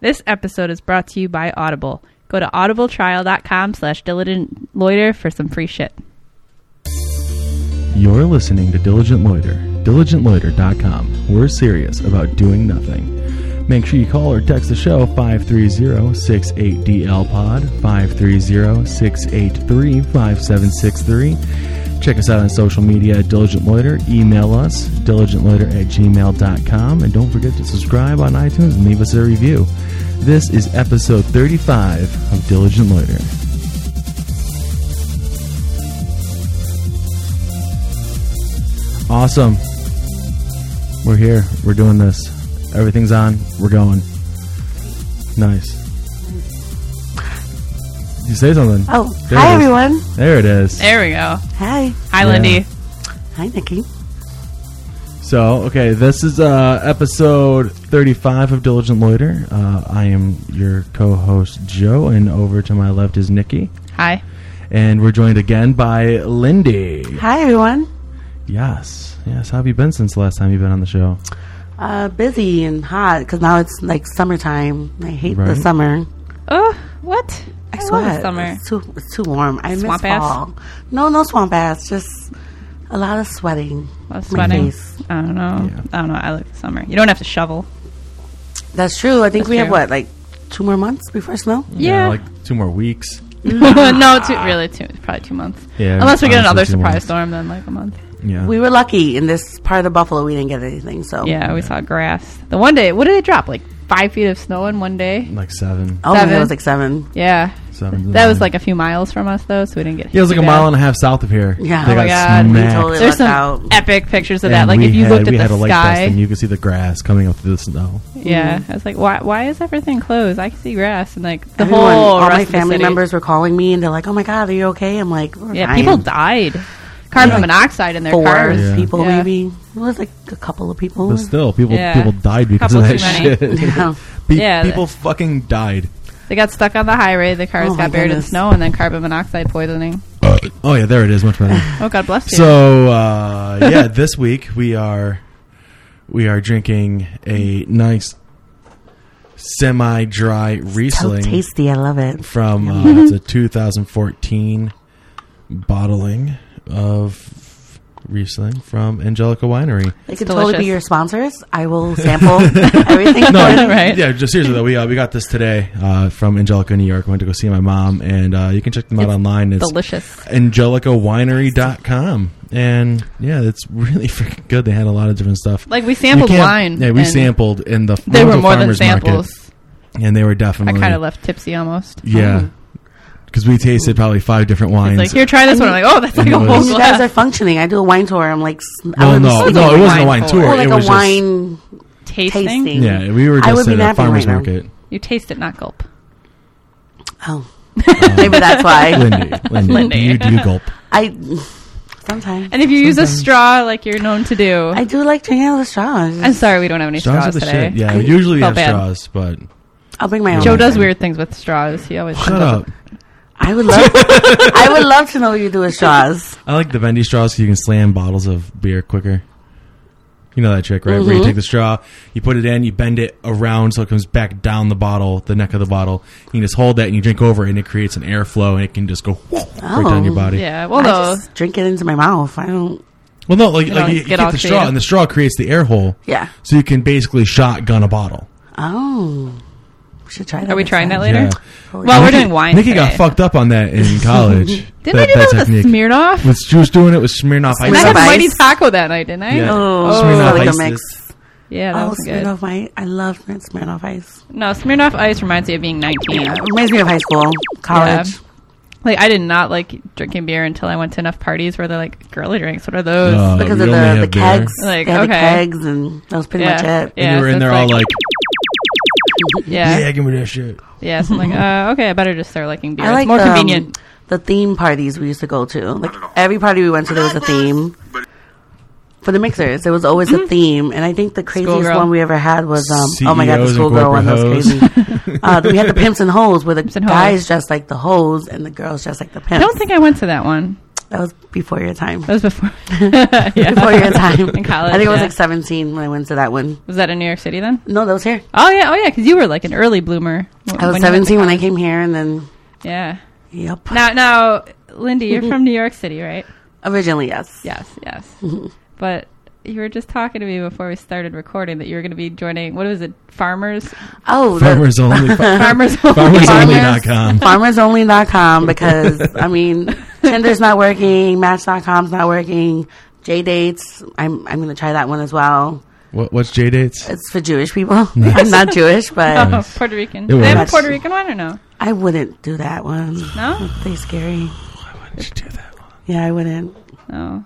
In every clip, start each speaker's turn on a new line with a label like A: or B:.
A: This episode is brought to you by Audible. Go to audibletrial.com slash diligent loiter for some free shit.
B: You're listening to Diligent Loiter, diligentloiter.com. We're serious about doing nothing. Make sure you call or text the show 530-68DL-POD, 530-683-5763. Check us out on social media at Diligent Loiter. Email us, diligentloiter at gmail.com. And don't forget to subscribe on iTunes and leave us a review. This is episode 35 of Diligent Loiter. Awesome. We're here. We're doing this. Everything's on. We're going. Nice. You say something.
C: Oh,
B: There
C: hi
B: it is.
C: everyone.
B: There it is.
A: There we go.
C: Hi.
A: Hi,
B: Yeah.
A: Lindy.
C: Hi, Nikki.
B: So, okay, this is uh, episode 35 of Diligent Loiter. Uh, I am your co host, Joe, and over to my left is Nikki.
A: Hi.
B: And we're joined again by Lindy.
C: Hi, everyone.
B: Yes. Yes. How have you been since the last time you've been on the show?
C: Uh, busy and hot because now it's like summertime. I hate the
B: Right.
C: summer.
A: Oh, what?
C: I,
A: love
C: sweat.
A: summer.
C: It's too, it's too warm. I
A: Swamp
C: miss
A: ass?
C: fall. No, no swamp ass. Just a lot of sweating.
A: Love
C: My
A: sweating.
C: face.
A: I don't know.
B: Yeah.
A: I don't know. I like the summer. You don't have to shovel.
C: That's true. I think
A: That's
C: we have
A: true.
C: what, like two more months before snow.
A: Yeah.
B: like two more weeks.
A: no, two, really, two, probably two months.
B: Yeah,
A: Unless we get
B: honestly,
A: another
B: two
A: surprise
B: months.
A: storm, then like a month.
B: Yeah.
C: We were lucky in this part of Buffalo. We didn't get anything. So
B: Oh,
A: Yeah, we saw grass. The one day, what did it drop? Like five feet of snow in one day?
B: like seven.
C: Oh, maybe
A: Seven.
C: it was like seven.
A: Yeah.
B: Seven.
A: That was like a few miles from us, though, so we didn't get
B: Yeah, it was
A: hit
B: like
A: too
B: a
A: bad.
B: mile and a half south of here.
C: Yeah.
B: They
C: Oh
A: my
B: got
A: God. We
B: smacked.
C: totally
A: There's some
C: lucked out.
A: epic pictures of that.
B: And
A: Like
B: we
A: if you
B: had-
A: looked at
B: we had a
A: the
B: light
A: sky,
B: vest and you could see the grass coming up through the snow.
A: yeah, I was like, why? Why is everything closed? I can see grass and like the
C: Everyone,
A: whole
C: all
A: rest
C: my
A: of the
C: family
A: city.
C: members were calling me and they're like, "Oh my god, are you okay?" I'm like, "We're
A: Yeah,
C: fine."
A: people died. Carbon monoxide in their
C: Four
A: cars.
B: Yeah.
C: people
A: Yeah.
C: maybe. It was like a couple of people.
B: But still, people
A: Yeah.
B: people died because
A: Couple
B: of that
A: too
B: shit.
C: Yeah.
B: Pe-
A: Yeah,
B: people fucking died.
A: They got stuck on the highway. The cars
C: Oh my
A: got buried in
C: goodness.
A: snow, and then carbon monoxide poisoning.
B: oh yeah, there it is. Much better.
A: Oh God bless you.
B: So uh, yeah, this week we are we are drinking a nice semi-dry
C: So
B: Riesling
C: tasty. I love it.
B: from uh,
A: Mm-hmm.
B: it's a 2014 bottling of Riesling from Angelica Winery.
C: They
A: It's
C: could totally
A: delicious.
C: be your sponsors. I will sample everything.
A: No. Right.
B: Yeah, just seriously though, we uh, we got this today uh, from Angelica, New York. I went to go see my mom, and uh, you can check them out
A: It's
B: online. It's
A: Delicious.
B: angelicawinery.com. And yeah, it's really freaking good. They had a lot of different stuff.
A: Like we
B: You
A: sampled
B: can't-
A: wine.
B: Yeah, we
A: and
B: sampled in the
A: They were
B: Toronto
A: more than
B: farmers
A: samples.
B: market, and they were
A: I
B: definitely
A: kind of left tipsy almost.
B: Yeah, because we tasted probably five different
A: It's
B: wines.
A: like here, try this one. I'm like, oh, that's like
B: it
A: a whole
B: was-
C: you guys
A: glass.
C: are functioning. I do a wine tour. I'm like, sn-
B: well,
C: I'm
B: no,
C: so-
B: no, it wasn't a
A: wine
B: wine
A: tour.
B: tour.
C: or like
B: it
C: a
B: was
C: wine
A: tasting.
C: tasting.
B: Just, yeah, we were
C: I
B: just
C: would be
B: at a
C: napping
B: farmers
C: right now.
B: market.
A: You taste it, not gulp.
C: Oh, maybe that's why
B: Um, Lindy, Lindy,
A: Lindy.
B: You, do gulp.
C: I sometimes
A: And if you use a straw, like you're known to do,
C: I do like drinking out of the straw.
A: I'm sorry we don't have any straws,
B: Straws are the
A: today.
B: shit. Yeah, usually we have
A: Felt bad.
B: straws, but
C: I'll bring my own.
A: Joe
B: Okay.
A: does weird things with straws. He always
B: shut up.
C: I would love. I would love to know what you do with straws.
B: I like the bendy straws because you can slam bottles of beer quicker. You know that trick, right?
C: Mm-hmm.
B: Where you take the straw, you put it in, you bend it around so it comes back down the bottle, the neck of the bottle. You can just hold that and you drink over, it and it creates an airflow, and it can just go whoa, right down your
C: Oh.
B: body.
A: Yeah,
C: I
A: well, though,
C: just drink it into my mouth. I don't.
B: Well, no, like,
A: You
B: you,
A: know,
B: like, you, you
A: get
B: get,
A: all
B: the
A: creative.
B: straw, and the straw creates the air hole,
C: Yeah.
B: so you can basically shotgun a bottle.
C: Oh, we should try that.
A: are we
C: next
A: trying that
C: time.
A: later?
B: Yeah.
A: Well, we're doing wine.
B: Nikki got
A: today.
B: fucked up on that in college.
A: Didn't I do that with
B: technique.
A: a Smirnoff?
B: With- she was doing it with Smirnoff
A: And I
B: ice.
A: had
C: Smirnoff
A: Mighty
C: Ice?
A: Taco that night, didn't I?
B: Yeah.
C: Oh,
B: Smirnoff
C: like
B: Ice
C: a mix.
B: is-
A: Yeah, that
C: Oh,
A: was good.
C: Smirnoff Ice. I love Smirnoff Ice.
A: No, Smirnoff Ice reminds me of being 19.
C: Yeah, reminds me of high school, college.
A: Yeah. Like, I did not like drinking beer until I went to enough parties where they're like, girly drinks, what are those?
B: Oh,
C: Uh, Because
B: you
C: of
B: only
C: the, the
B: have beer.
C: kegs,
A: Like,
C: they had
A: okay.
C: the kegs, and that was pretty
A: Yeah.
C: much it.
A: Yeah,
B: and you were
A: so
B: in there
A: it's
B: all like,
A: yeah.
B: yeah.
A: Yeah,
B: give me that shit.
A: so I'm like, uh, okay, I better just start liking beer.
C: I like
A: it's more
C: um,
A: convenient.
C: The theme parties we used to go to, like every party we went to, there was a theme. For the mixers, there was always a theme, and I think the craziest
A: Schoolgirl.
C: one we ever had was um, oh my god, the
B: CEOs E and
C: schoolgirl one that
B: corporate
C: was crazy. uh, we had the pimps and hoes, where the
A: and hoes.
C: guys dressed like the hoes and the girls dressed like the pimps.
A: I don't think I went to that one.
C: That was before your time.
A: That was before. yeah.
C: Before your time.
A: in college.
C: I think I was
A: yeah.
C: like 17 when I went to that one.
A: was that in New York City then?
C: No, that was here.
A: Oh yeah, oh yeah, because you were like an early bloomer. w-
C: I was
A: when you went
C: 17
A: to
C: when I
A: college.
C: came here, and then,
A: Yeah.
C: yep.
A: Now, now, Lindy, you're from New York City, right?
C: Originally, yes.
A: Yes, yes. But you were just talking to me before we started recording that you were going to be joining. What was it? Farmers.
C: Oh, the
B: Farmers only.
A: Farmers.
B: Farmers
C: Farmers.
B: only dot com.
C: farmersonly.com because, I mean, Tinder's not working, Match.com's not working, J Dates, I'm, I'm going to try that one as well.
B: What, what's J dates?
C: It's for Jewish people. I'm not Jewish, but
A: Oh, Puerto Rican.
B: It
A: Do They have a
C: was.
A: Puerto Rican one or no?
C: I wouldn't do that one.
A: No?
C: They scary.
B: Why wouldn't you do that? one?
C: Yeah, I wouldn't.
A: No.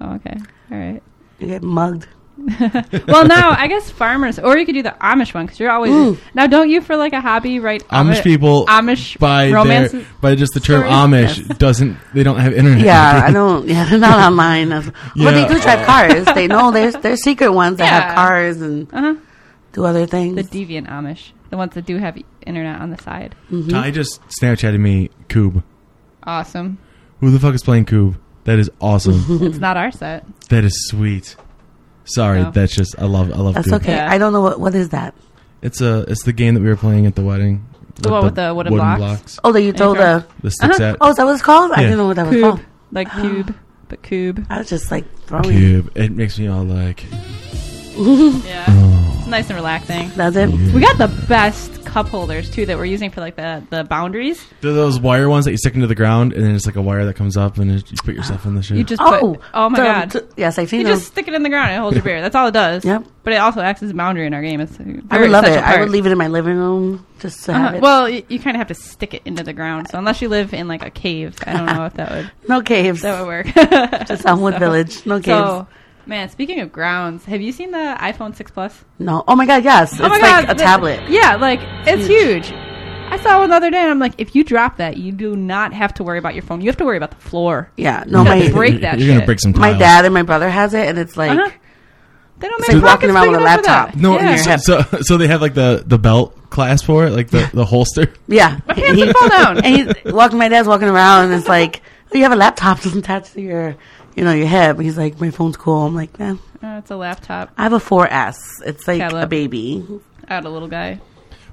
A: Oh, okay. All right.
C: You get mugged.
A: Well, now I guess farmers, or you could do the Amish one because you're always now. Don't you for like a hobby write
B: Amish
A: Ami-
B: people
A: Amish
B: by
A: romance?
B: their, by just the term
A: stories?
B: Amish doesn't they don't have internet.
C: Yeah, I don't. Yeah, they're not online. That's- But
B: Yeah.
C: they do drive cars. They know there's there's secret ones that
A: Yeah.
C: have cars and
A: uh huh.
C: do other things.
A: The deviant Amish, the ones that do have internet on the side.
C: Mm-hmm.
B: Ty just Snapchatted me Coob.
A: Awesome.
B: Who the fuck is playing Coob? That is awesome.
C: Mm.
A: It's not our set.
B: that is sweet. Sorry,
A: No.
B: that's just I love I love.
C: That's
B: Cube.
C: okay.
A: Yeah.
C: I don't know what what is that.
B: It's a it's the game that we were playing at the wedding. The
A: one with the wooden blocks? Uh-huh.
C: Oh, that you told
A: Okay.
C: the.
B: The stick set.
C: Oh, is that what it's called? I
B: Uh, Yeah.
C: didn't know what that was
A: Cube,
C: called.
A: like cube, but cube.
C: I was just like throwing.
B: Cube. It makes me all like.
A: Yeah, it's nice and relaxing.
C: That's it.
A: We got the best cup holders too that we're using for like the the boundaries.
B: They're those wire ones that you stick into the ground, and then it's like a wire that comes up, and it, you put yourself in the shit.
A: You just
C: Oh,
A: put, oh my
C: the-
A: god.
C: t- yes, I've
A: you
C: seen them.
A: just stick it in the ground and it holds your beer. That's all it does.
C: Yep.
A: But it also acts as a boundary in our game. It's a very
C: I would love it.
A: essential
C: I
A: part.
C: would leave it in my living room just to have
A: Uh-huh.
C: it.
A: Well, y- you kind of have to stick it into the ground. So unless you live in like a cave, I don't know if that would
C: no caves.
A: that would work.
C: Just on Wood Village. No caves.
A: So, man, speaking of grounds, have you seen the iPhone 6 Plus?
C: No. Oh my God. Yes.
A: oh my
C: it's like
A: god,
C: a
A: the-
C: tablet.
A: Yeah, like it's huge. I saw one the other day, and I'm like, if you drop that, you do not have to worry about your phone. You have to worry about the floor.
C: Yeah. No, my
A: break that
B: You're
A: shit.
B: gonna break some.
C: my
B: tiles.
C: dad and my brother has it, and it's like
A: Uh-huh. They don't make
C: like
A: pockets
C: walking around
A: big
C: with a
A: enough for
C: laptop.
A: that.
B: No,
A: yeah.
B: so, so so they have like the the belt clasp for it, like the the holster.
C: yeah.
A: pants would fall down.
C: And he's walking. My dad's walking around, and it's like oh, you have a laptop that's attached to your, you know, your hip. And he's like, my phone's cool. I'm like, man,
A: Uh, it's a laptop.
C: I have a 4S. It's like
A: Tablet.
C: a baby.
A: Out a little guy.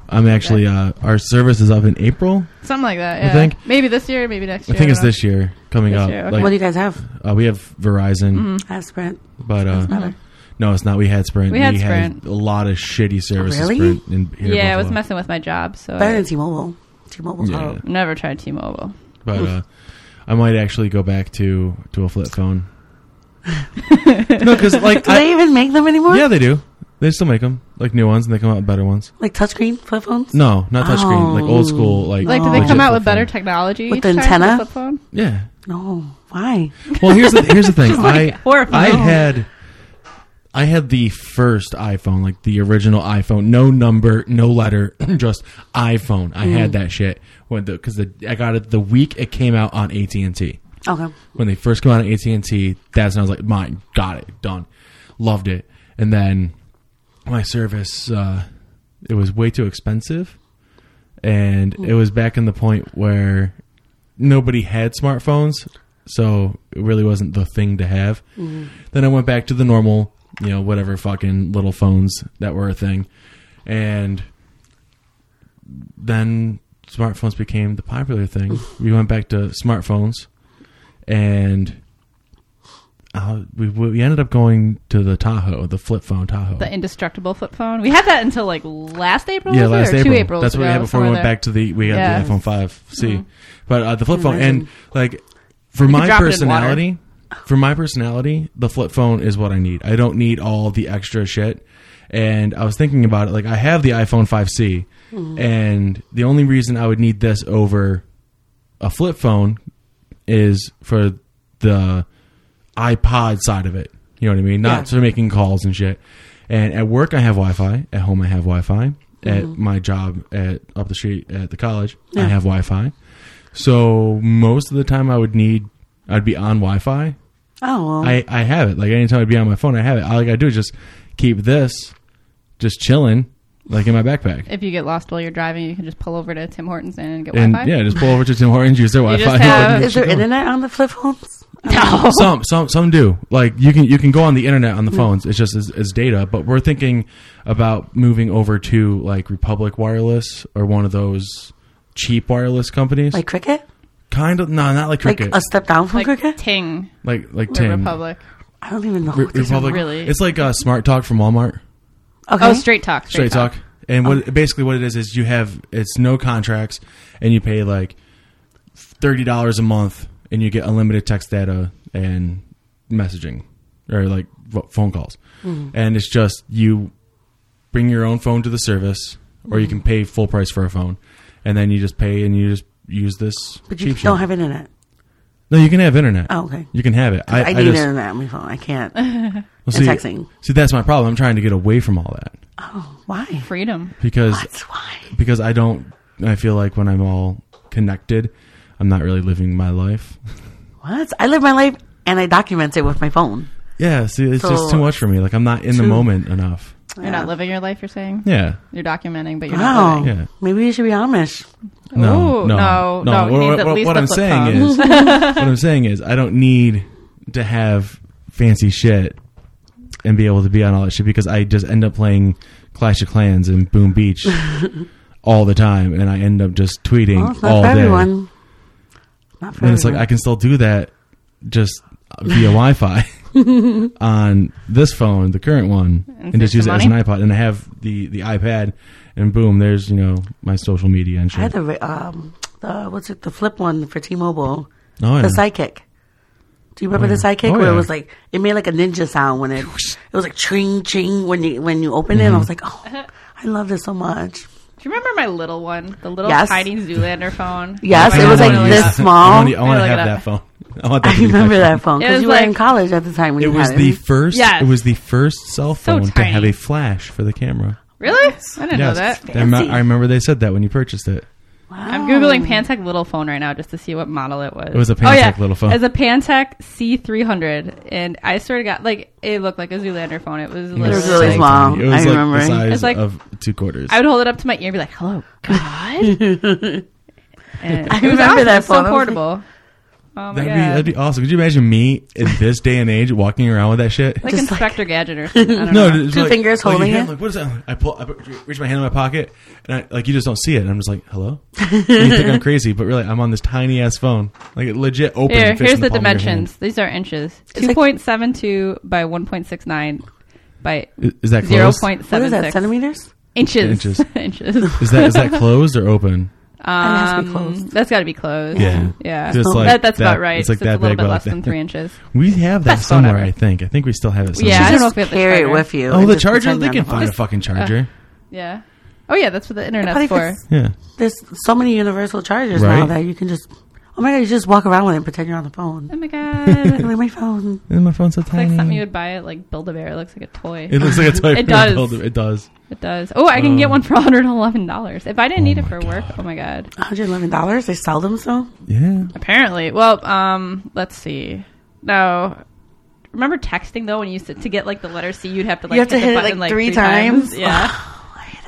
B: I'm actually uh, our service is up in April.
A: Something like that. Yeah.
B: think-
A: maybe this year, maybe next
B: I
A: year.
B: think it's
A: don't know.
B: this year coming
A: This
B: up.
A: year, Mm-hmm. okay.
B: Like,
C: What do you guys have?
B: uh, we have Verizon,
C: I have Sprint.
B: but uh,
C: better.
B: no, it's not. We had Sprint.
A: We had Sprint.
B: a lot of shitty services.
C: Really?
B: Sprint in here in
A: Yeah, it was
B: Buffalo.
A: messing with my job, so
C: Better than
A: I
C: T-Mobile. T-Mobile's
B: Yeah.
C: horrible.
A: never tried T-Mobile.
C: Oh.
B: But uh, I might actually go back to to a flip phone. no, because like
C: Do
B: I,
C: they even make them anymore?
B: yeah, they do. They still make them like new ones, and they come out with better ones.
C: Like touchscreen flip phones.
B: No, not touchscreen, like old
C: Oh.
B: school, like
A: Like, did
C: Oh.
A: they come
B: legit
A: out with
B: flip
A: better
B: phone.
A: technology
C: With
A: each
C: the
A: time for
C: antenna?
A: flip phone?
B: yeah.
C: No. Why?
B: Well, here's the here's the thing.
A: like,
B: I
A: horrified.
B: I had I had the first iPhone, like the original iPhone, no number, no letter, just iPhone. I had that shit when the because the I got it the week it came out on AT and T
C: Okay.
B: when they first came out on AT and T. That's when I was like, mine, got it, done, loved it. And then my service, uh, it was way too expensive, and it was back in the point where nobody had smartphones, so it really wasn't the thing to have. Then I went back to the normal, you know, whatever fucking little phones that were a thing, and then smartphones became the popular thing. we went back to smartphones, and uh, we we ended up going to the Tahoe, the flip phone Tahoe.
A: The indestructible flip phone. We had that until like last April.
B: yeah,
A: was it,
B: last
A: or
B: April.
A: two Aprils.
B: That's what we
A: ago,
B: had before we
A: somewhere Mm-hmm.
B: went
A: there.
B: back to the we got
A: Yeah.
B: the iPhone five C, but uh, the flip
A: Mm-hmm.
B: phone
C: Imagine.
B: and like for my
A: drop it in water.
B: personality, for my personality, the flip phone is what I need. I don't need all the extra shit. And I was thinking about it, like I have the iPhone five C,
A: Mm-hmm.
B: and the only reason I would need this over a flip phone is for the iPod side of it. You know what I mean? Not
C: Yeah.
B: for making calls and shit. And at work, I have Wi Fi. At home, I have Wi Fi. At my job at up the street at the college, I
C: Mm-hmm. Yeah.
B: have Wi Fi. So most of the time, I would need, I'd be on Wi Fi.
C: Oh. Well.
B: I, I have it. Like anytime I'd be on my phone, I have it. All I gotta do is just keep this just chilling like in my backpack.
A: If you get lost while you're driving, you can just pull over to Tim Hortons and get
B: And
A: Wi-Fi.
B: yeah, just pull over to Tim Hortons, use their Wi
A: just have-
B: Fi.
C: Is there internet on the flip phones?
A: No.
B: Some some some do. Like you can you can go on the internet on the
C: Hmm.
B: phones. It's just as, as data. But we're thinking about moving over to like Republic Wireless or one of those cheap wireless companies.
C: Like Cricket?
B: kind of no, not like
C: Like
B: Cricket.
C: a step down from
A: like
C: Cricket?
A: Ting,
B: like like
A: the
B: Ting.
A: Republic.
C: I don't even know.
B: Re-
C: what these
B: Republic.
A: Really?
B: It's like uh, Smart Talk from Walmart.
C: are. Okay.
A: Oh, straight talk.
B: Straight talk. And what basically what it is is you have it's no contracts and you pay like thirty dollars a month and you get unlimited text data and messaging or like vo- phone calls
C: Mm-hmm.
B: and it's just you bring your own phone to the service or you can
C: Mm-hmm.
B: pay full price for a phone and then you just pay and you just use this
C: But you
B: cheap
C: don't
B: shit.
C: have internet.
B: no you can have internet
C: Oh, okay.
B: you can have it I,
C: I,
B: I,
C: need
B: just
C: internet on my phone. I can't.
B: well,
C: and
B: see,
C: texting.
B: see that's my problem I'm trying to get away from all that
C: Oh, why?
A: Freedom.
B: because
C: That's why.
B: because I don't. I feel like when I'm all connected, I'm not really living my life.
C: What? I live my life and I document it with my phone.
B: Yeah, see, it's just
C: So-
B: too much for me. Like I'm not in the
C: Too-
B: moment enough.
A: You're not living your life. You're saying
B: Yeah,
A: you're documenting, but you're not
C: Wow.
A: living.
B: Yeah.
C: Maybe you should be Amish.
B: no,
A: Ooh, no,
B: no,
A: no, it
B: What,
A: needs
B: what-
A: at
B: what-
A: least
B: what
A: a
B: I'm
A: flip
B: saying
A: phone.
B: is, what I'm saying is, I don't need to have fancy shit and be able to be on all that shit because I just end up playing Clash of Clans and Boom Beach all the time, and I end up just tweeting
C: Well, it's not
B: all
C: for
B: day.
C: everyone. Not for
B: And it's like I
C: everyone.
B: can still do that just via Wi-Fi on this phone, the current one, and,
A: And
B: just
A: save
B: use it
A: some
B: as an iPod. And I have the the iPad, and boom, there's you know my social media and
C: I had
B: shit.
C: the re- um the what's it the flip one for T-Mobile
B: Oh,
C: the
B: yeah.
C: sidekick. Do you remember
B: yeah.
C: the sidekick
B: Oh,
C: where
B: yeah.
C: it was like it made like a ninja sound when it it was like ching ching when you when you open
B: Mm-hmm.
C: it? And I was like, oh, I love this so much.
A: Do you remember my little one, the little
C: Yes.
A: tiny Zoolander phone?
C: Yes,
B: I
C: it was
B: wanna
C: like
B: use
C: this
B: that.
C: small.
B: I want to, I wanna
A: Look it
B: have
A: up.
B: that phone. I, want that
C: I
B: to be my
C: remember that phone
A: It
C: because
A: was
C: you were in
A: like-
C: college at the time when
B: It
C: you
B: was
C: had
B: the
C: it.
B: first.
A: Yes.
B: It was the first cell
A: So
B: phone to have
A: tiny.
B: a flash for the camera.
A: Really? I didn't know that.
B: They rem-
C: Fancy.
B: I remember they said that when you purchased it.
A: I'm googling Pantech little phone right now just to see what model it was. Oh, It
B: was a Pantech little phone.
A: It's a Pantech C300, and I sort of got like it looked like a Zoolander phone. It was
B: It
A: literally.
C: was really
B: so
C: small.
B: tiny. It was
C: I
B: like
C: remember.
B: the size
A: It's like-
B: of two quarters.
A: I would hold it up to my ear, and be like, "Hello, God." and
C: I
A: it was
C: remember
A: awesome. It was so
C: that phone. I was like-
A: portable. oh my
B: That'd be,
A: god!
B: that'd be awesome. Could you imagine me in this day and age walking around with that shit?
A: like
C: Just
A: Inspector Gadget or something. I don't
B: No,
A: know.
B: it's
C: Two fingers
B: your
C: holding
B: hand,
C: it?
B: Like, what is that? I pull, I put- reach my hand in my pocket, and I like you just don't see it. And I'm just like, hello. And you think I'm crazy, but really, I'm on this tiny ass phone. Like it legit open.
A: Here,
B: fits in
A: here's the,
B: palm of your hand.
A: dimensions. These are inches:
C: It's
A: two
C: like-
A: point seven two by one point six nine by
B: I- Is that
A: zero
B: closed?
A: point
C: What
A: seven
C: is that?
A: six
C: Centimeters?
A: inches.
B: Inches.
A: inches.
B: Is that is that closed or open?
C: has to be
A: Um,
C: closed.
A: that's got to be closed.
B: Yeah.
A: yeah.
B: Just like
A: that, that's
B: that-
A: about right.
B: it's like
A: so it's
B: that
A: a little
B: big,
A: bit
B: about
A: less
B: that.
A: than three inches.
B: We have that
A: Best phone
B: somewhere.
A: ever.
B: I think. I think we still have it. Somewhere.
A: Yeah, I don't know
C: Just
A: if we have the
C: carry it
A: charger.
C: with you.
B: Oh,
C: and
B: the
C: just put
B: charger.
C: something
B: They
C: on
B: can
C: the phone.
B: find a fucking charger.
A: Yeah. Oh yeah, that's what the
C: probably
A: internet's for.
C: fits-
B: Yeah.
C: There's so many universal chargers now
B: Right.
C: that you can just. Oh my god! You just walk around with it, and pretend you're on the phone.
A: Oh my god.
C: Look at my phone.
B: And my phone's so
A: It's like
B: tiny.
C: Mm.
A: something you would buy at like Build a Bear. It looks like a toy.
B: it looks like a toy.
A: It does.
B: It does.
A: It does. Oh, I can
B: Uh,
C: Um,
A: get one for one hundred eleven dollars. If I didn't
B: oh
A: need it
B: my
A: for work, oh my god.
C: One hundred eleven dollars. They sell them so.
B: Yeah.
A: Apparently, well, um, let's see. No, remember texting though when you used to, to get like the letter C, you'd have to like
C: You have to
A: the
C: hit it,
A: button,
C: like, three times?
A: Yeah,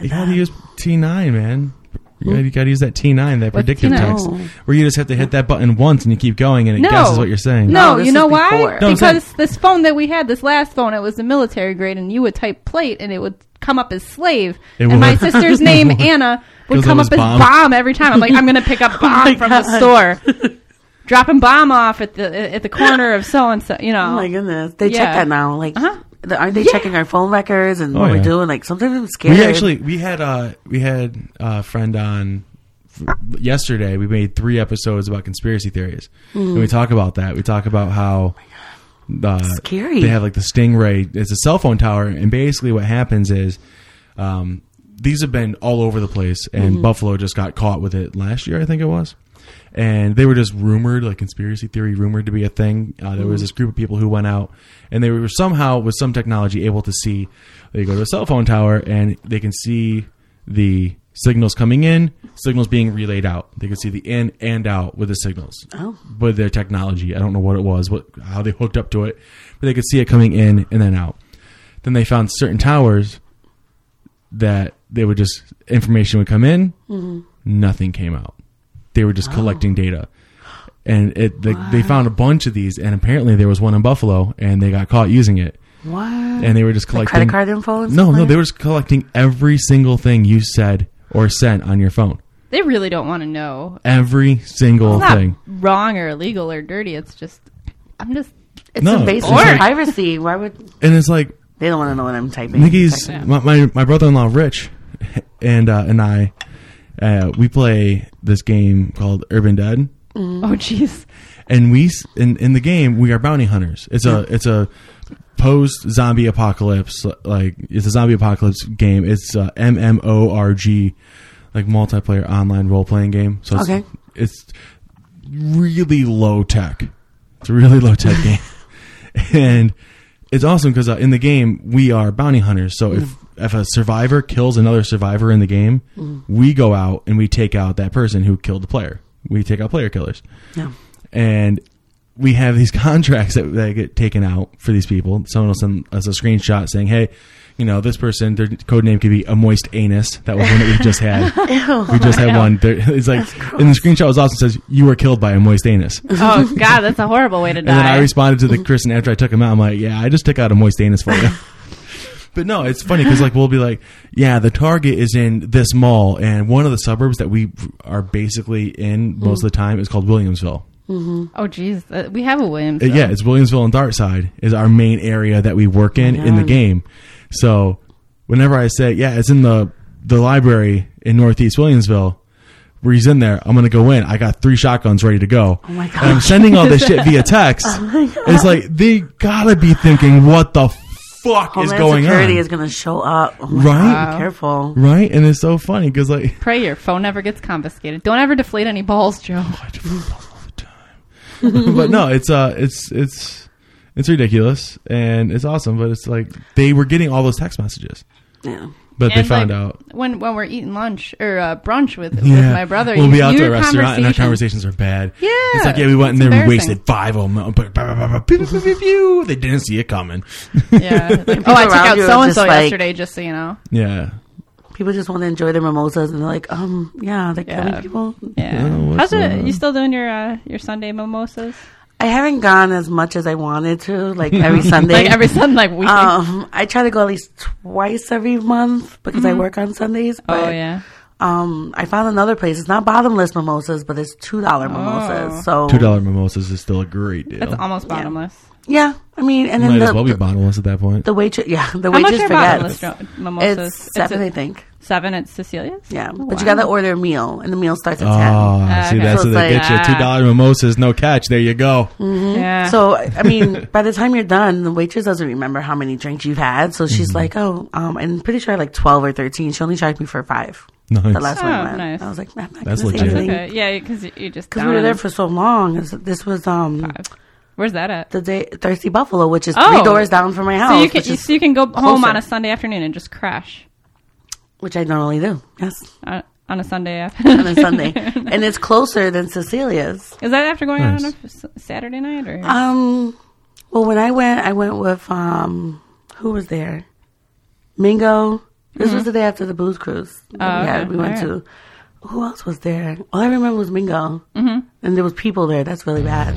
B: You gotta use T nine, man. You gotta, you gotta use that T nine, that
A: What's
B: predictive
A: T9?
B: text,
C: No.
B: where you just have to hit that button once and you keep going and it
A: No.
B: guesses what you're saying.
A: no,
C: No, this
A: you know
C: is
A: why?
C: before.
B: No, I'm saying-
A: because this phone that we had, this last phone, it was the military grade, and you would type plate, and it would come up as slave,
B: It
A: and my
B: would.
A: sister's name
B: would.
A: Anna would
B: 'Cause it
A: come
B: was
A: up as
B: bomb. Oh
A: bomb. every time. I'm like, I'm gonna pick up bomb
C: my
A: from the
C: God.
A: store, dropping bomb off at the at the corner of so and so. You know,
C: Oh my goodness! They check
A: Yeah.
C: that now. Like,
A: Uh-huh.
C: the- aren't they
A: Yeah.
C: checking our phone records and
B: Oh,
C: what
B: yeah.
C: we're doing? Like, sometimes I'm scared.
B: we actually we had uh we had a friend on f- yesterday. We made three episodes about conspiracy theories, and we talk about that. We talk about how. Uh,
C: Scary.
B: They have like the Stingray. It's a cell phone tower, and basically what happens is, um, these have been all over the place, and Buffalo just got caught with it last year, I think it was. And they were just rumored, like conspiracy theory rumored to be a thing. Uh, there was this group of people who went out, and they were somehow with some technology able to see. They go to a cell phone tower, and they can see the signals coming in, signals being relayed out. They could see the in and out with the signals
C: Oh.
B: with their technology. I don't know what it was, what how they hooked up to it, but they could see it coming in and then out. Then they found certain towers that they would just information would come in,
C: Mm-hmm.
B: nothing came out. They were just collecting data, and it they, they found a bunch of these, and apparently there was one in Buffalo, and they got caught using it,
C: What?
B: and they were just
C: Like
B: collecting
C: credit card info? And
B: No,
C: stuff
B: no,
C: like
B: they were just collecting every single thing you said or sent on your phone.
A: They really don't want to know.
B: Every single
A: It's not
B: thing.
A: wrong or illegal or dirty. It's just, I'm just.
C: It's
B: No,
C: invasive
B: it's
C: to
B: like-
C: privacy. Why would
B: And it's like
C: they don't want to know what I'm typing?
B: Nikki's
C: Type-
B: my, my, my brother in law Rich and uh, and I uh, we play this game called Urban Dead
A: Oh, jeez.
B: and we s- in in the game we are bounty hunters. It's a it's a post zombie apocalypse like it's a zombie apocalypse game. It's a MMORG like multiplayer online role playing game. So it's,
C: Okay.
B: it's really low tech. It's a really low tech game, and it's awesome because uh, in the game we are bounty hunters. So if if a survivor kills another survivor in the game, we go out and we take out that person who killed the player. We take out player killers
C: No.
B: and we have these contracts that, that get taken out for these people. Someone will send us a screenshot saying, "Hey, you know, this person, their code name could be a moist anus." That was one that we just had. we just had one. There, it's like, and the screenshot was also says, "You were killed by a moist anus." And
A: Oh, God, that's a horrible way to die.
B: then I responded to the Kristen after I took him out. I'm like, "Yeah, I just took out a moist anus for you." But no, it's funny because like we'll be like, yeah, the Target is in this mall, and one of the suburbs that we are basically in most of the time is called Williamsville.
A: oh, jeez. Uh, we have a Williams.
B: Uh, Yeah, it's Williamsville and Dartside is our main area that we work in in the game. So whenever I say, yeah, it's in the the library in Northeast Williamsville, where he's in there, I'm gonna go in. I got three shotguns ready to go. Oh
C: my Oh
B: And I'm sending all this shit via text. It's like they gotta be thinking, what the fuck is
C: Homeland
B: going
C: Security
B: on,
C: is going to show up. Oh my
B: Right?
C: God, be careful.
B: right? And it's so funny because like.
A: Pray your phone never gets confiscated. Don't ever deflate any balls, Joe.
B: I do football all the time. but no, it's uh, it's it's it's ridiculous and it's awesome. But it's like they were getting all those text messages,
C: Yeah.
B: but
A: And,
B: they found
A: like,
B: out.
A: when when we're eating lunch or uh, brunch with, with
B: Yeah.
A: my brother.
B: we'll
A: you-
B: be out to
A: your
B: a restaurant and our
A: conversation-
B: conversations are bad.
A: Yeah,
B: it's like yeah, we went
A: it's
B: in there and we
A: embarrassing.
B: wasted five of them. But bah, bah, bah, bah, pew, pew, pew, pew. They didn't see it coming.
A: Yeah. Like, oh, I took
C: around
A: out
C: you are
A: so and so
C: just like-
A: yesterday, just so you know.
B: Yeah,
C: People just want to enjoy their mimosas and they're like, um, yeah, they're
A: Yeah.
C: killing people.
A: Yeah.
B: Oh, what's
A: How's
B: going
A: it?
B: on?
A: You still doing your uh, your Sunday mimosas?
C: I haven't gone as much as I wanted to, like every Sunday.
A: Like every Sunday, like week.
C: um, I try to go at least twice every month because I work on Sundays. But,
A: Mm-hmm. oh yeah.
C: Um, I found another place. It's not bottomless mimosas, but it's two
A: Oh.
C: dollar mimosas. So
B: two dollar mimosas is still a great deal.
A: It's almost bottomless.
C: Yeah, I mean, and then
B: Might
C: the,
B: as well be
C: the,
B: bottomless at that point.
C: the waitress. Yeah, the
A: How much
C: waitress
A: are bottomless
C: forgets.
A: jo- mimosas?
C: It's seven,
A: a-
C: I think.
A: seven at Cecilia's.
C: Yeah,
A: Oh,
C: but you
A: wow.
C: gotta order a meal, and the meal starts at
B: Oh,
A: Uh,
B: see
A: okay.
B: that's
C: So
B: what
C: it's
B: they
C: like, uh,
B: get
C: Mm.
B: you.
A: ah.
B: Two dollar mimosas, no catch. There you go.
A: Yeah.
C: ten. So I I mean, by the time you're done, the waitress doesn't remember how many drinks you've had. So she's
B: Mm-hmm.
C: like, "Oh, um, I'm pretty sure I had, like twelve or thirteen. She only charged me for five.
B: Nice.
C: The last one
A: Oh,
C: I went.
A: nice.
C: I was like, "Nah, I'm not
B: That's
C: gonna say
B: legit.
C: anything."
A: okay. Yeah, because you, you just
C: Because we were
A: down
C: there
A: on
C: for so long. It's- This was um
A: five. Where's that at?
C: the day Thirsty Buffalo, which is
A: Oh.
C: three doors down from my house,
A: So you can
C: which, is,
A: so you can go home on
C: closer.
A: a Sunday afternoon and just crash
C: which I normally do. Yes,
A: on, on a Sunday afternoon.
C: on a Sunday, and it's closer than Cecilia's.
A: Is that after going
B: Nice.
A: out on a s- Saturday night or?
C: Um, well, when I went, I went with um, who was there? Mingo. This was the day after the booze cruise.
A: Mm-hmm. Oh,
C: yeah,
A: okay.
C: we went
A: All
C: to. Who else was there? All I remember was Mingo, mm-hmm. and there was people there. That's really bad.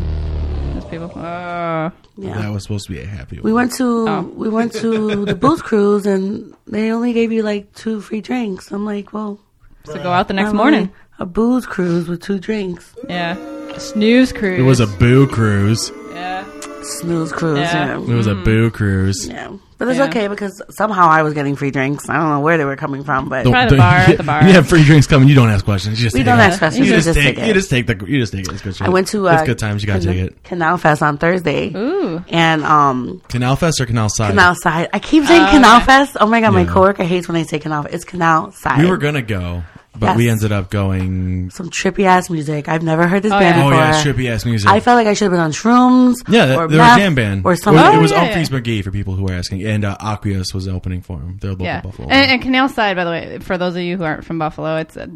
A: Those people. Oh.
C: Yeah,
B: That was supposed to be a happy.
C: we
B: one.
C: went to
A: Oh.
C: we went to the booze cruise, and they only gave you like two free drinks. I'm like, well,
A: So go out the next
C: I'm
A: morning.
C: only a booze cruise with two drinks,
A: Yeah. Snooze cruise.
B: It was a boo cruise.
A: Yeah.
C: snooze cruise.
A: Yeah.
C: Yeah.
B: It was a boo cruise.
C: Yeah. But it's
A: Yeah.
C: okay because somehow I was getting free drinks. I don't know where they were coming from, but
A: Try the bar at the bar.
B: You have free drinks coming. You don't ask questions. You just
C: we
B: take
C: don't
B: it.
C: ask questions.
B: You
C: we
B: just,
C: just
B: take,
C: take it.
B: you just take the you just take it. It's good shit.
C: I went to uh,
B: it's good times. You gotta
C: Can-
B: take it.
C: Canal Fest on Thursday,
A: Ooh.
C: and um,
B: Canal Fest or Canal Side?
C: Canal Side. I keep saying
A: Oh,
C: Canal
A: okay.
C: Fest. Oh my god, my
B: Yeah.
C: coworker hates when I say Canal. It's Canal Side.
B: We were gonna go, but we
C: Yes.
B: ended up going.
C: some trippy ass music. I've never heard this
A: Oh,
C: band
A: yeah.
B: Oh
C: before.
B: yeah, trippy ass music.
C: I felt like I should have been on shrooms.
B: yeah, that,
C: or
B: they were
C: meth
B: a jam band
C: or
B: It
C: something.
B: was-
A: Oh,
B: it was
A: yeah,
B: Humphreys McGee for people who were asking, and uh, Aqueous was opening for them. They're local
A: Yeah.
B: Buffalo.
A: And, and Canal Side, by the way, for those of you who aren't from Buffalo, it's uh,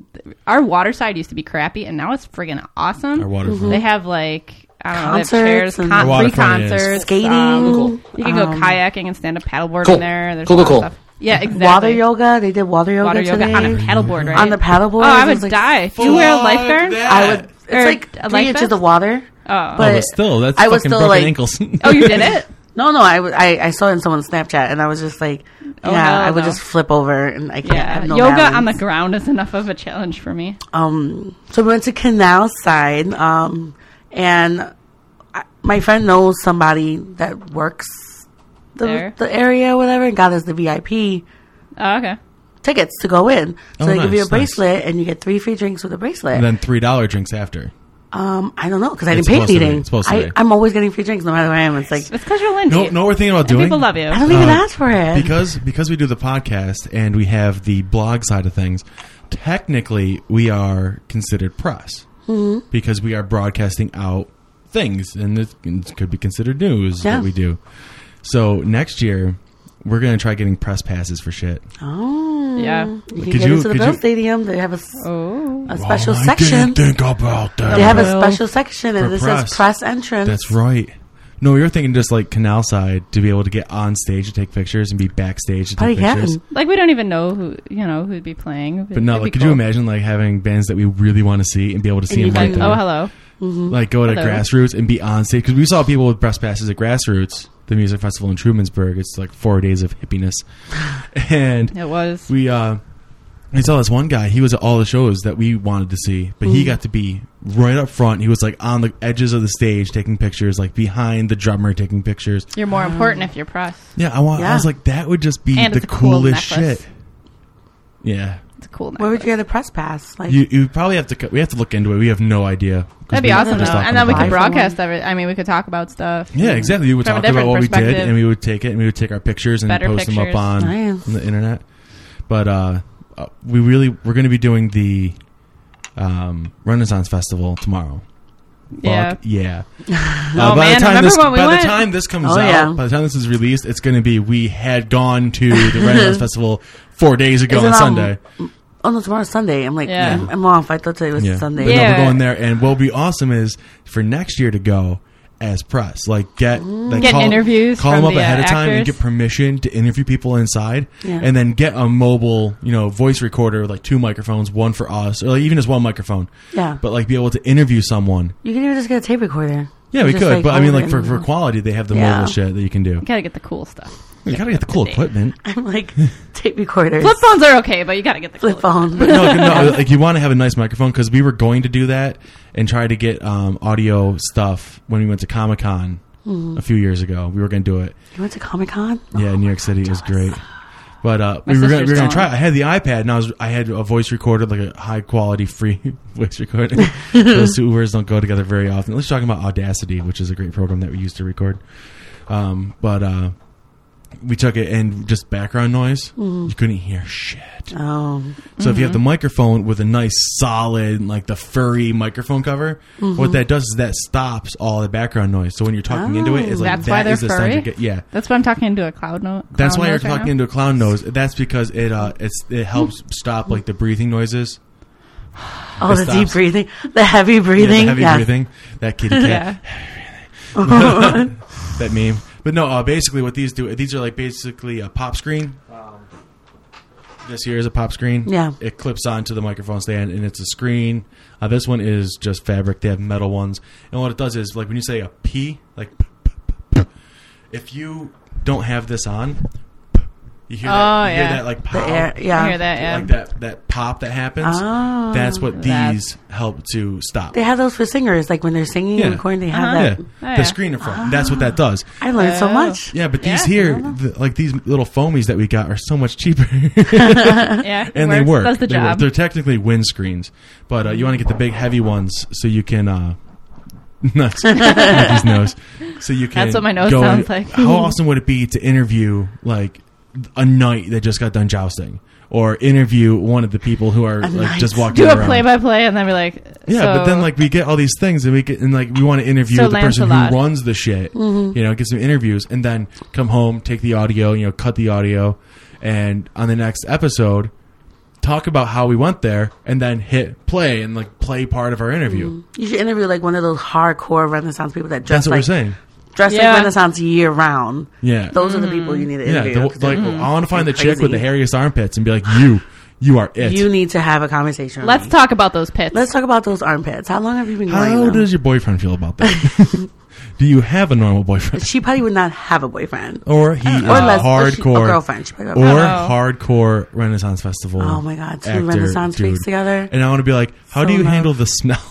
A: our water side used to be crappy, and now it's friggin' awesome.
B: Our waterfront.
A: They have like I don't know, they have
C: Mm-hmm. Concerts
A: chairs,
C: and-
A: con-
B: Our
A: free
B: waterfront is-
A: concerts,
C: Skating.
A: um, you can go
C: Um,
A: kayaking and stand up paddleboard
D: Cool.
A: in there. There's
D: Cool,
A: a lot
D: cool,
A: of
D: cool.
A: stuff. Yeah, exactly.
C: Water yoga. They did water yoga
A: Water yoga
C: today.
A: on a paddle board, right?
C: On the paddleboard.
A: Oh, I
C: It
A: would
C: was like-
A: die. Do you wear a
B: Fuck
A: lifeguard?
B: that.
C: I would. It's
A: Or
C: like
A: a life
C: three inches
A: vest?
C: of water.
A: Oh.
B: Oh,
C: But
B: but still, that's
C: I was
B: fucking
C: still,
B: broken
C: like-
B: ankles.
A: oh, you did it?
C: No, no, I, w- I I saw it in someone's Snapchat, and I was just like, yeah,
A: Oh, hell
C: I would
A: no.
C: just flip over, and I can't. I
A: Yeah.
C: have no
A: Yoga
C: balance.
A: on the ground is enough of a challenge for me.
C: um so we went to canal side um and I, my friend knows somebody that works the,
A: There.
C: the area or whatever and got us the vip
A: Oh, okay.
C: tickets to go in so
B: Oh,
C: they give you a
B: nice, nice.
C: bracelet and you get three free drinks with a bracelet
B: and then three dollar drinks after.
C: um i don't know because i
B: It's
C: didn't pay
B: supposed to be.
C: anything
B: It's supposed to
C: I,
B: be.
C: i'm always getting free drinks no matter where i am it's like
A: It's because you're Lindsay.
B: No, no, we're thinking about
A: And
B: doing.
A: people love you.
C: i don't even
B: Uh,
C: ask for it
B: because because we do the podcast and we have the blog side of things. Technically, we are considered press
C: Mm-hmm.
B: because we are broadcasting out things, and this could be considered news
C: Yeah.
B: that we do. So next year, we're gonna try getting press passes for shit.
C: oh
A: Yeah.
C: you can
B: Could
C: get
B: you-
C: into the
B: could
C: Bill
B: you-
C: stadium they have a, s-
A: Oh.
C: a special
B: Oh, I
C: section
B: didn't think about that.
C: they have a
A: Bill.
C: special section and
B: For
C: this
B: press.
C: says press entrance
B: That's right. No, you're thinking just like canal side to be able to get on stage to take pictures and be backstage to
C: Probably
B: take pictures.
C: can.
A: Like we don't even know who you know who'd be playing.
B: But no, like, could you imagine like having bands that we really want to see and be able to see
C: you
B: them right
A: Like,
C: can-
B: there?
A: oh, hello.
B: Like go to
A: Hello.
B: grassroots and be on stage because we saw people with breast passes at grassroots, the music festival in Trumansburg. It's like four days of hippiness, and
A: It was.
B: we uh, I saw this one guy. He was at all the shows that we wanted to see, but
A: Mm-hmm.
B: he got to be right up front. He was like on the edges of the stage taking pictures, like behind the drummer taking pictures.
A: You're more important if you're press.
B: Yeah, I want. I
C: Yeah.
B: was like, that would just be
A: And
B: the
A: it's a cool
B: coolest
A: necklace.
B: shit. Yeah,
A: It's a cool.
C: Where would
A: necklace.
C: you get a press pass? Like,
B: you you probably have to. co- We have to look into it. We have no idea. 'Cause
A: That'd be
B: we
A: awesome, though.
B: just talked
A: And then we
B: about
A: could
B: it.
C: broad-
A: broadcast every. I mean, we could talk about stuff.
B: Yeah, exactly. We would
A: From a
B: talk about
A: different
B: what we did,
A: perspective.
B: and we would take it, and we would take our pictures and
A: Better
B: post them up
A: pictures.
B: on,
C: Nice.
B: on the internet. But uh, uh, we really we're going to be doing the um, Renaissance Festival tomorrow.
A: Yeah.
B: Fuck yeah. Uh,
A: Oh,
B: by
A: man,
B: the time
A: remember
B: this
A: when we
B: by
A: went?
B: the time this comes
C: Oh,
B: out,
C: yeah.
B: by the time this is released, it's going to be we had gone to the Renaissance Festival four days ago on
C: Isn't, um,
B: Sunday.
C: oh no, tomorrow's Sunday. I'm like,
A: Yeah.
C: I'm, I'm off. I thought today was
B: Yeah.
C: Sunday.
B: But no,
A: Yeah.
B: we're going there, and what'll be awesome is for next year to go as press, like get like
A: Get interviews
B: call
A: from
B: them up
A: the, uh,
B: ahead of time and
A: actors.
B: get permission to interview people inside,
C: Yeah.
B: and then get a mobile, you know, voice recorder with like two microphones, one for us, or like even just one microphone.
C: Yeah.
B: but like be able to interview someone.
C: You can even just get a tape recorder.
B: Yeah, we
C: Just,
B: could,
C: like,
B: but I mean, like
C: over
B: for,
C: and-
B: for quality, they have the
C: Yeah.
B: mobile shit that you can do.
A: You gotta get the cool stuff.
B: You gotta get the cool equipment.
C: I'm like tape recorders,
A: Flip phones are okay, but you gotta get the
C: flip
A: cool.
C: phone.
B: no, no, like you want to have a nice microphone because we were going to do that and try to get um, audio stuff when we went to Comic Con
A: Mm-hmm.
B: a few years ago. We were going to do it.
C: you went to Comic Con?
B: Yeah, New York City is great. But uh,
A: My
B: we were gonna,
A: sister's
B: we were gonna
A: gone.
B: try. I had the iPad, and I was I had a voice recorder, like a high quality free voice recorder. Those two words don't go together very often. Let's talk about Audacity, which is a great program that we used to record. Um, but uh, we took it and just background noise.
A: Mm-hmm.
B: You couldn't hear shit.
C: Oh,
B: So if you have the microphone with a nice solid, like the furry microphone cover,
A: Mm-hmm.
B: what that does is that stops all the background noise. So when you're talking into it, it's like
A: That's why
B: that
A: they're
B: is the sound
A: furry? Oh,
B: you get. Yeah,
A: That's why I'm talking into a cloud note.
B: that's why
A: clown
B: you're
A: nose right
B: talking
A: now.
B: into a clown nose. That's because it uh, it's it helps stop like the breathing noises,
C: oh,
B: It
C: the deep
B: stops.
C: breathing, the heavy
B: Yeah, the
C: breathing.
B: heavy
C: Yeah.
B: breathing, that kitty cat.
A: Yeah.
B: that meme. But no, uh, basically what these do, these are like basically a pop screen. This here is a pop screen.
C: Yeah.
B: It clips onto the microphone stand and it's a screen. Uh, this one is just fabric. They have metal ones. And what it does is, like when you say a P, like, p- p- p- p- if you don't have this on, you hear,
A: Oh,
B: that, you hear
A: yeah.
B: that like
C: The
B: pop,
C: air, yeah.
A: I Oh. hear that. Yeah.
B: like that, that pop that happens.
C: Oh.
B: that's what these
A: That's-
B: help to stop.
C: They have those for singers, like when they're singing
B: Yeah.
C: and recording. They have
A: Uh-huh.
B: yeah.
C: that. Ah.
A: Oh,
B: The
A: yeah.
B: screen in front. That's what that does.
C: I learned so
A: Oh.
C: much.
B: Yeah, but
A: Yeah.
B: these here, the, like these little foamies that we got, are so much cheaper,
A: yeah.
B: and they
A: works.
B: work.
A: Does the
B: they
A: job.
B: They're technically windscreens, but uh, you want to get the big, heavy ones so you can. Uh, nuts. Mickey's nose. So you can.
A: That's what my nose
B: go
A: sounds
B: in-
A: like.
B: how awesome would it be to interview like a knight that just got done jousting, or interview one of the people who are like
C: knight.
B: just walking
A: Do a
B: around?
A: play by play and then be like,
B: Yeah,
A: so,
B: but then like we get all these things, and we get and like we want to interview
A: So
B: the person
A: Lancelot.
B: who runs the shit.
C: Mm-hmm.
B: You know, get some interviews, and then come home, take the audio, you know, cut the audio, and on the next episode, talk about how we went there, and then hit play and like play part of our interview.
C: Mm-hmm. You should interview like one of those hardcore Renaissance people that dress
B: That's what
C: like
B: we're saying.
C: Dress
A: Yeah.
C: like Renaissance year round.
B: Yeah.
C: Those are the people you need to
B: yeah.
C: interview.
B: the-
C: 'cause
B: like, I want to find the
C: they're
B: chick with the
C: crazy.
B: hairiest armpits and be like, you, you are it.
C: You need to have a conversation. with
A: Let's
C: me.
A: talk about those pits.
C: Let's talk about those armpits. How long have you been
B: How
C: growing them?
B: does your boyfriend feel about that? Do you have a normal boyfriend?
C: She probably would not have a boyfriend.
B: Or he is
C: Or less- or she- a
B: Oh, hardcore
C: girlfriend. She probably
B: or
C: got a
B: hardcore Renaissance festival.
C: Oh my God, two
B: actor
C: Renaissance freaks
B: dude.
C: together?
B: And I want to be like, how
C: So
B: do you
C: love.
B: handle the smell?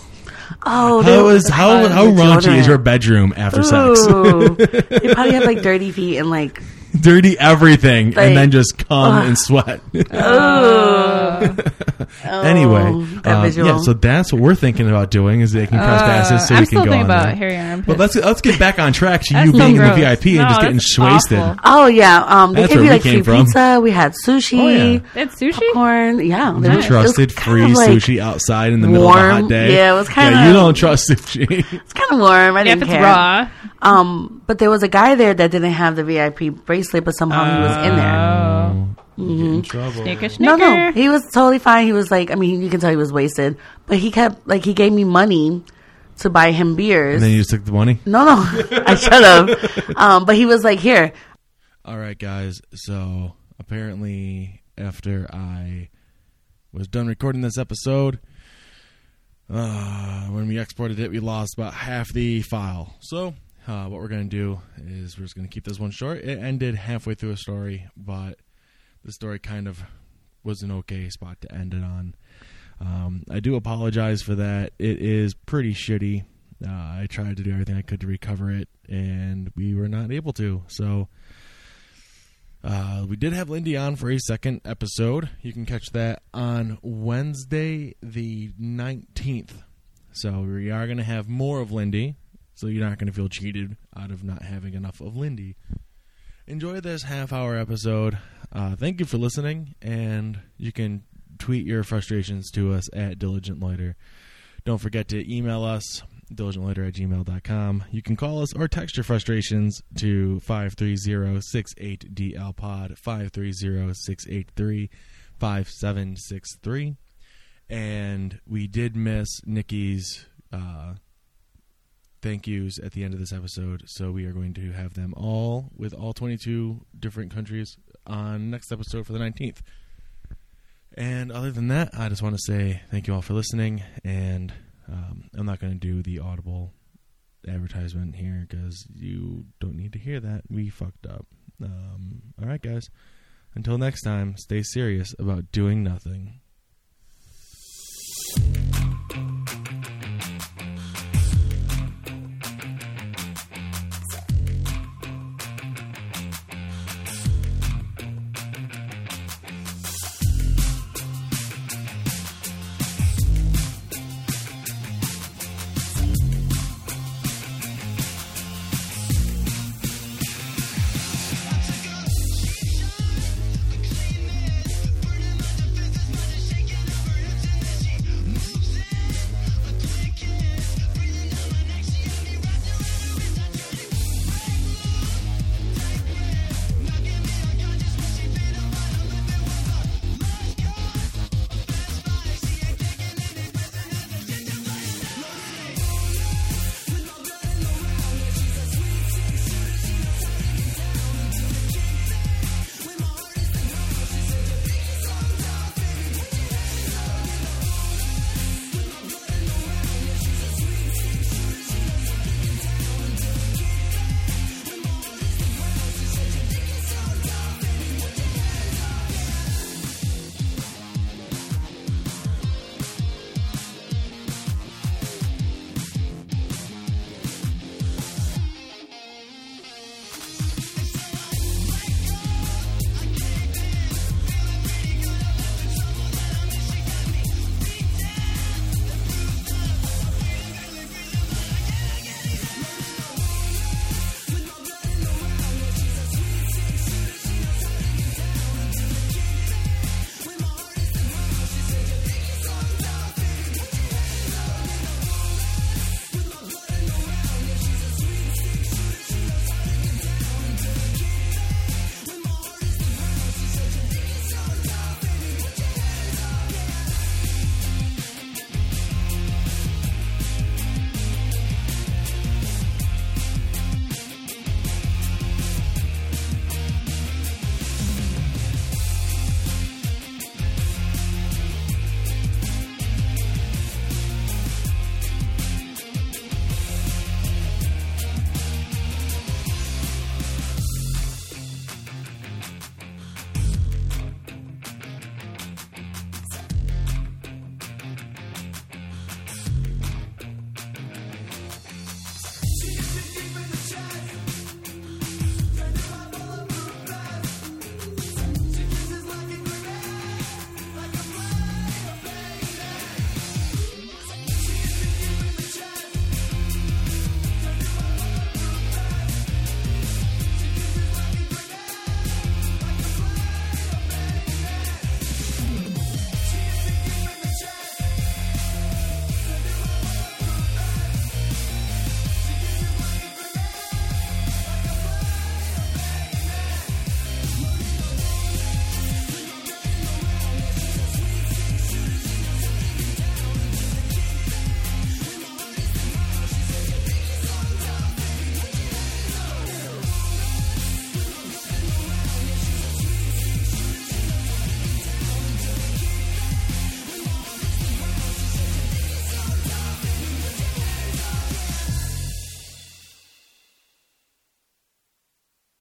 C: Oh, they
B: How
C: were-
B: is how
C: God,
B: how
C: the
B: raunchy is
C: deodorant.
B: your bedroom after sex?
C: Ooh. they probably have like dirty feet and like
B: Dirty everything
C: Like,
B: and then just cum and sweat. anyway,
C: Oh, that
B: um,
C: visual.
B: yeah. So that's what we're thinking about doing is they can pass
A: Uh,
B: passes so
A: I'm
B: we can
A: still
B: go
A: thinking
B: on
A: about
B: there.
A: hairy armpits.
B: But let's let's get back on track to
A: That's
B: you
A: so
B: being in the
A: gross.
B: VIP
A: No,
B: and just getting
A: that's
B: swasted.
A: awful.
C: Oh yeah, um, they
B: That's
C: gave
B: where
C: you
B: we
C: like free
B: came from.
C: pizza. We had
B: Oh, yeah.
C: sushi,
A: it's sushi.
C: popcorn. Yeah,
B: You
C: it was
B: trusted
C: kind of,
B: free
C: like,
B: sushi outside in the middle of a
C: warm.
B: hot day.
C: Yeah, it was kinda-
B: Yeah, you don't trust sushi.
C: It's kind of warm. I
A: If
C: didn't
A: it's
C: care.
A: raw,
C: Um, but there was a guy there that didn't have the VIP bracelet, but somehow he was in
B: Uh,
C: there.
B: Mm. You get in trouble.
A: snicker, snicker.
C: No, no, he was totally fine. He was like, I mean, you can tell he was wasted, but he kept like he gave me money to buy him beers.
B: And then you just took the money.
C: no, no, I should have. Um, but he was like, here,
B: All right, guys. So apparently, after I was done recording this episode, uh, when we exported it, we lost about half the file. So uh, what we're gonna do is we're just gonna keep this one short. It ended halfway through a story, but the story kind of was an okay spot to end it on. Um, I do apologize for that. It is pretty shitty. Uh, I tried to do everything I could to recover it, and we were not able to. So. Uh, we did have Lindy on for a second episode. You can catch that on Wednesday, the 19th. So we are going to have more of Lindy. So you're not going to feel cheated out of not having enough of Lindy. Enjoy this half hour episode. Uh, thank you for listening. And you can tweet your frustrations to us at Diligent Loiter. Don't forget to email us, diligentloiter at gmail.com. You can call us or text your frustrations to 530-68DLPOD, 530-683-5763. And we did miss Nikki's uh, thank yous at the end of this episode, so we are going to have them all with all 22 different countries on next episode for the 19th. And other than that, I just want to say thank you all for listening. And um, I'm not going to do the audible advertisement here because you don't need to hear that. We fucked up. Um, all right, guys. Until next time, stay serious about doing nothing.